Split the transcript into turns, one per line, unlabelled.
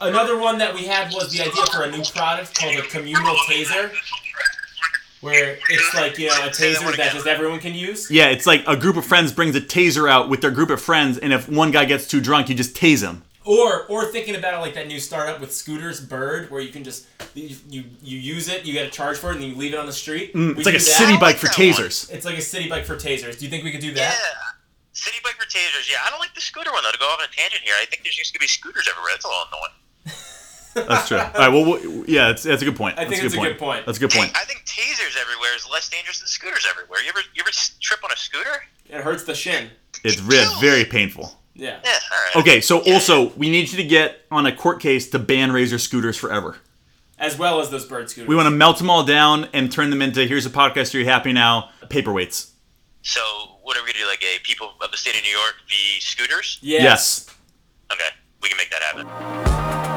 Another one that we had was the idea for a new product called a communal taser, where it's like you know a taser that just everyone can use.
Yeah, it's like a group of friends brings a taser out with their group of friends, and if one guy gets too drunk, you just tase him.
Or or thinking about it like that new startup with scooters, Bird, where you can just you you, you use it, you get a charge for it, and then you leave it on the street. We
Mm, It's like
do
a
that.
city bike for
that one.
tasers.
It's like a city bike for tasers. Do you think we could do
Yeah.
that?
City bike for tasers. Yeah, I don't like the scooter one though. To go off on a tangent here, I think there's used to be scooters everywhere. That's a little annoying.
That's true. All right. Well, we'll- yeah, that's, that's a good point.
I think
that's
it's a good point.
That's a good point.
I think tasers everywhere is less dangerous than scooters everywhere. You ever you ever s- trip on a scooter?
It hurts the shin.
It's very, very painful.
Yeah.
Yeah. All right.
Okay, so also we need you to get on a court case to ban razor scooters forever.
As well as those bird scooters.
We want to melt them all down and turn them into here's a podcast. Are you happy now? Paperweights.
So what are we gonna do? Like a people of the state of New York v scooters?
Yes.
Yes.
Okay, we can make that happen.
yes.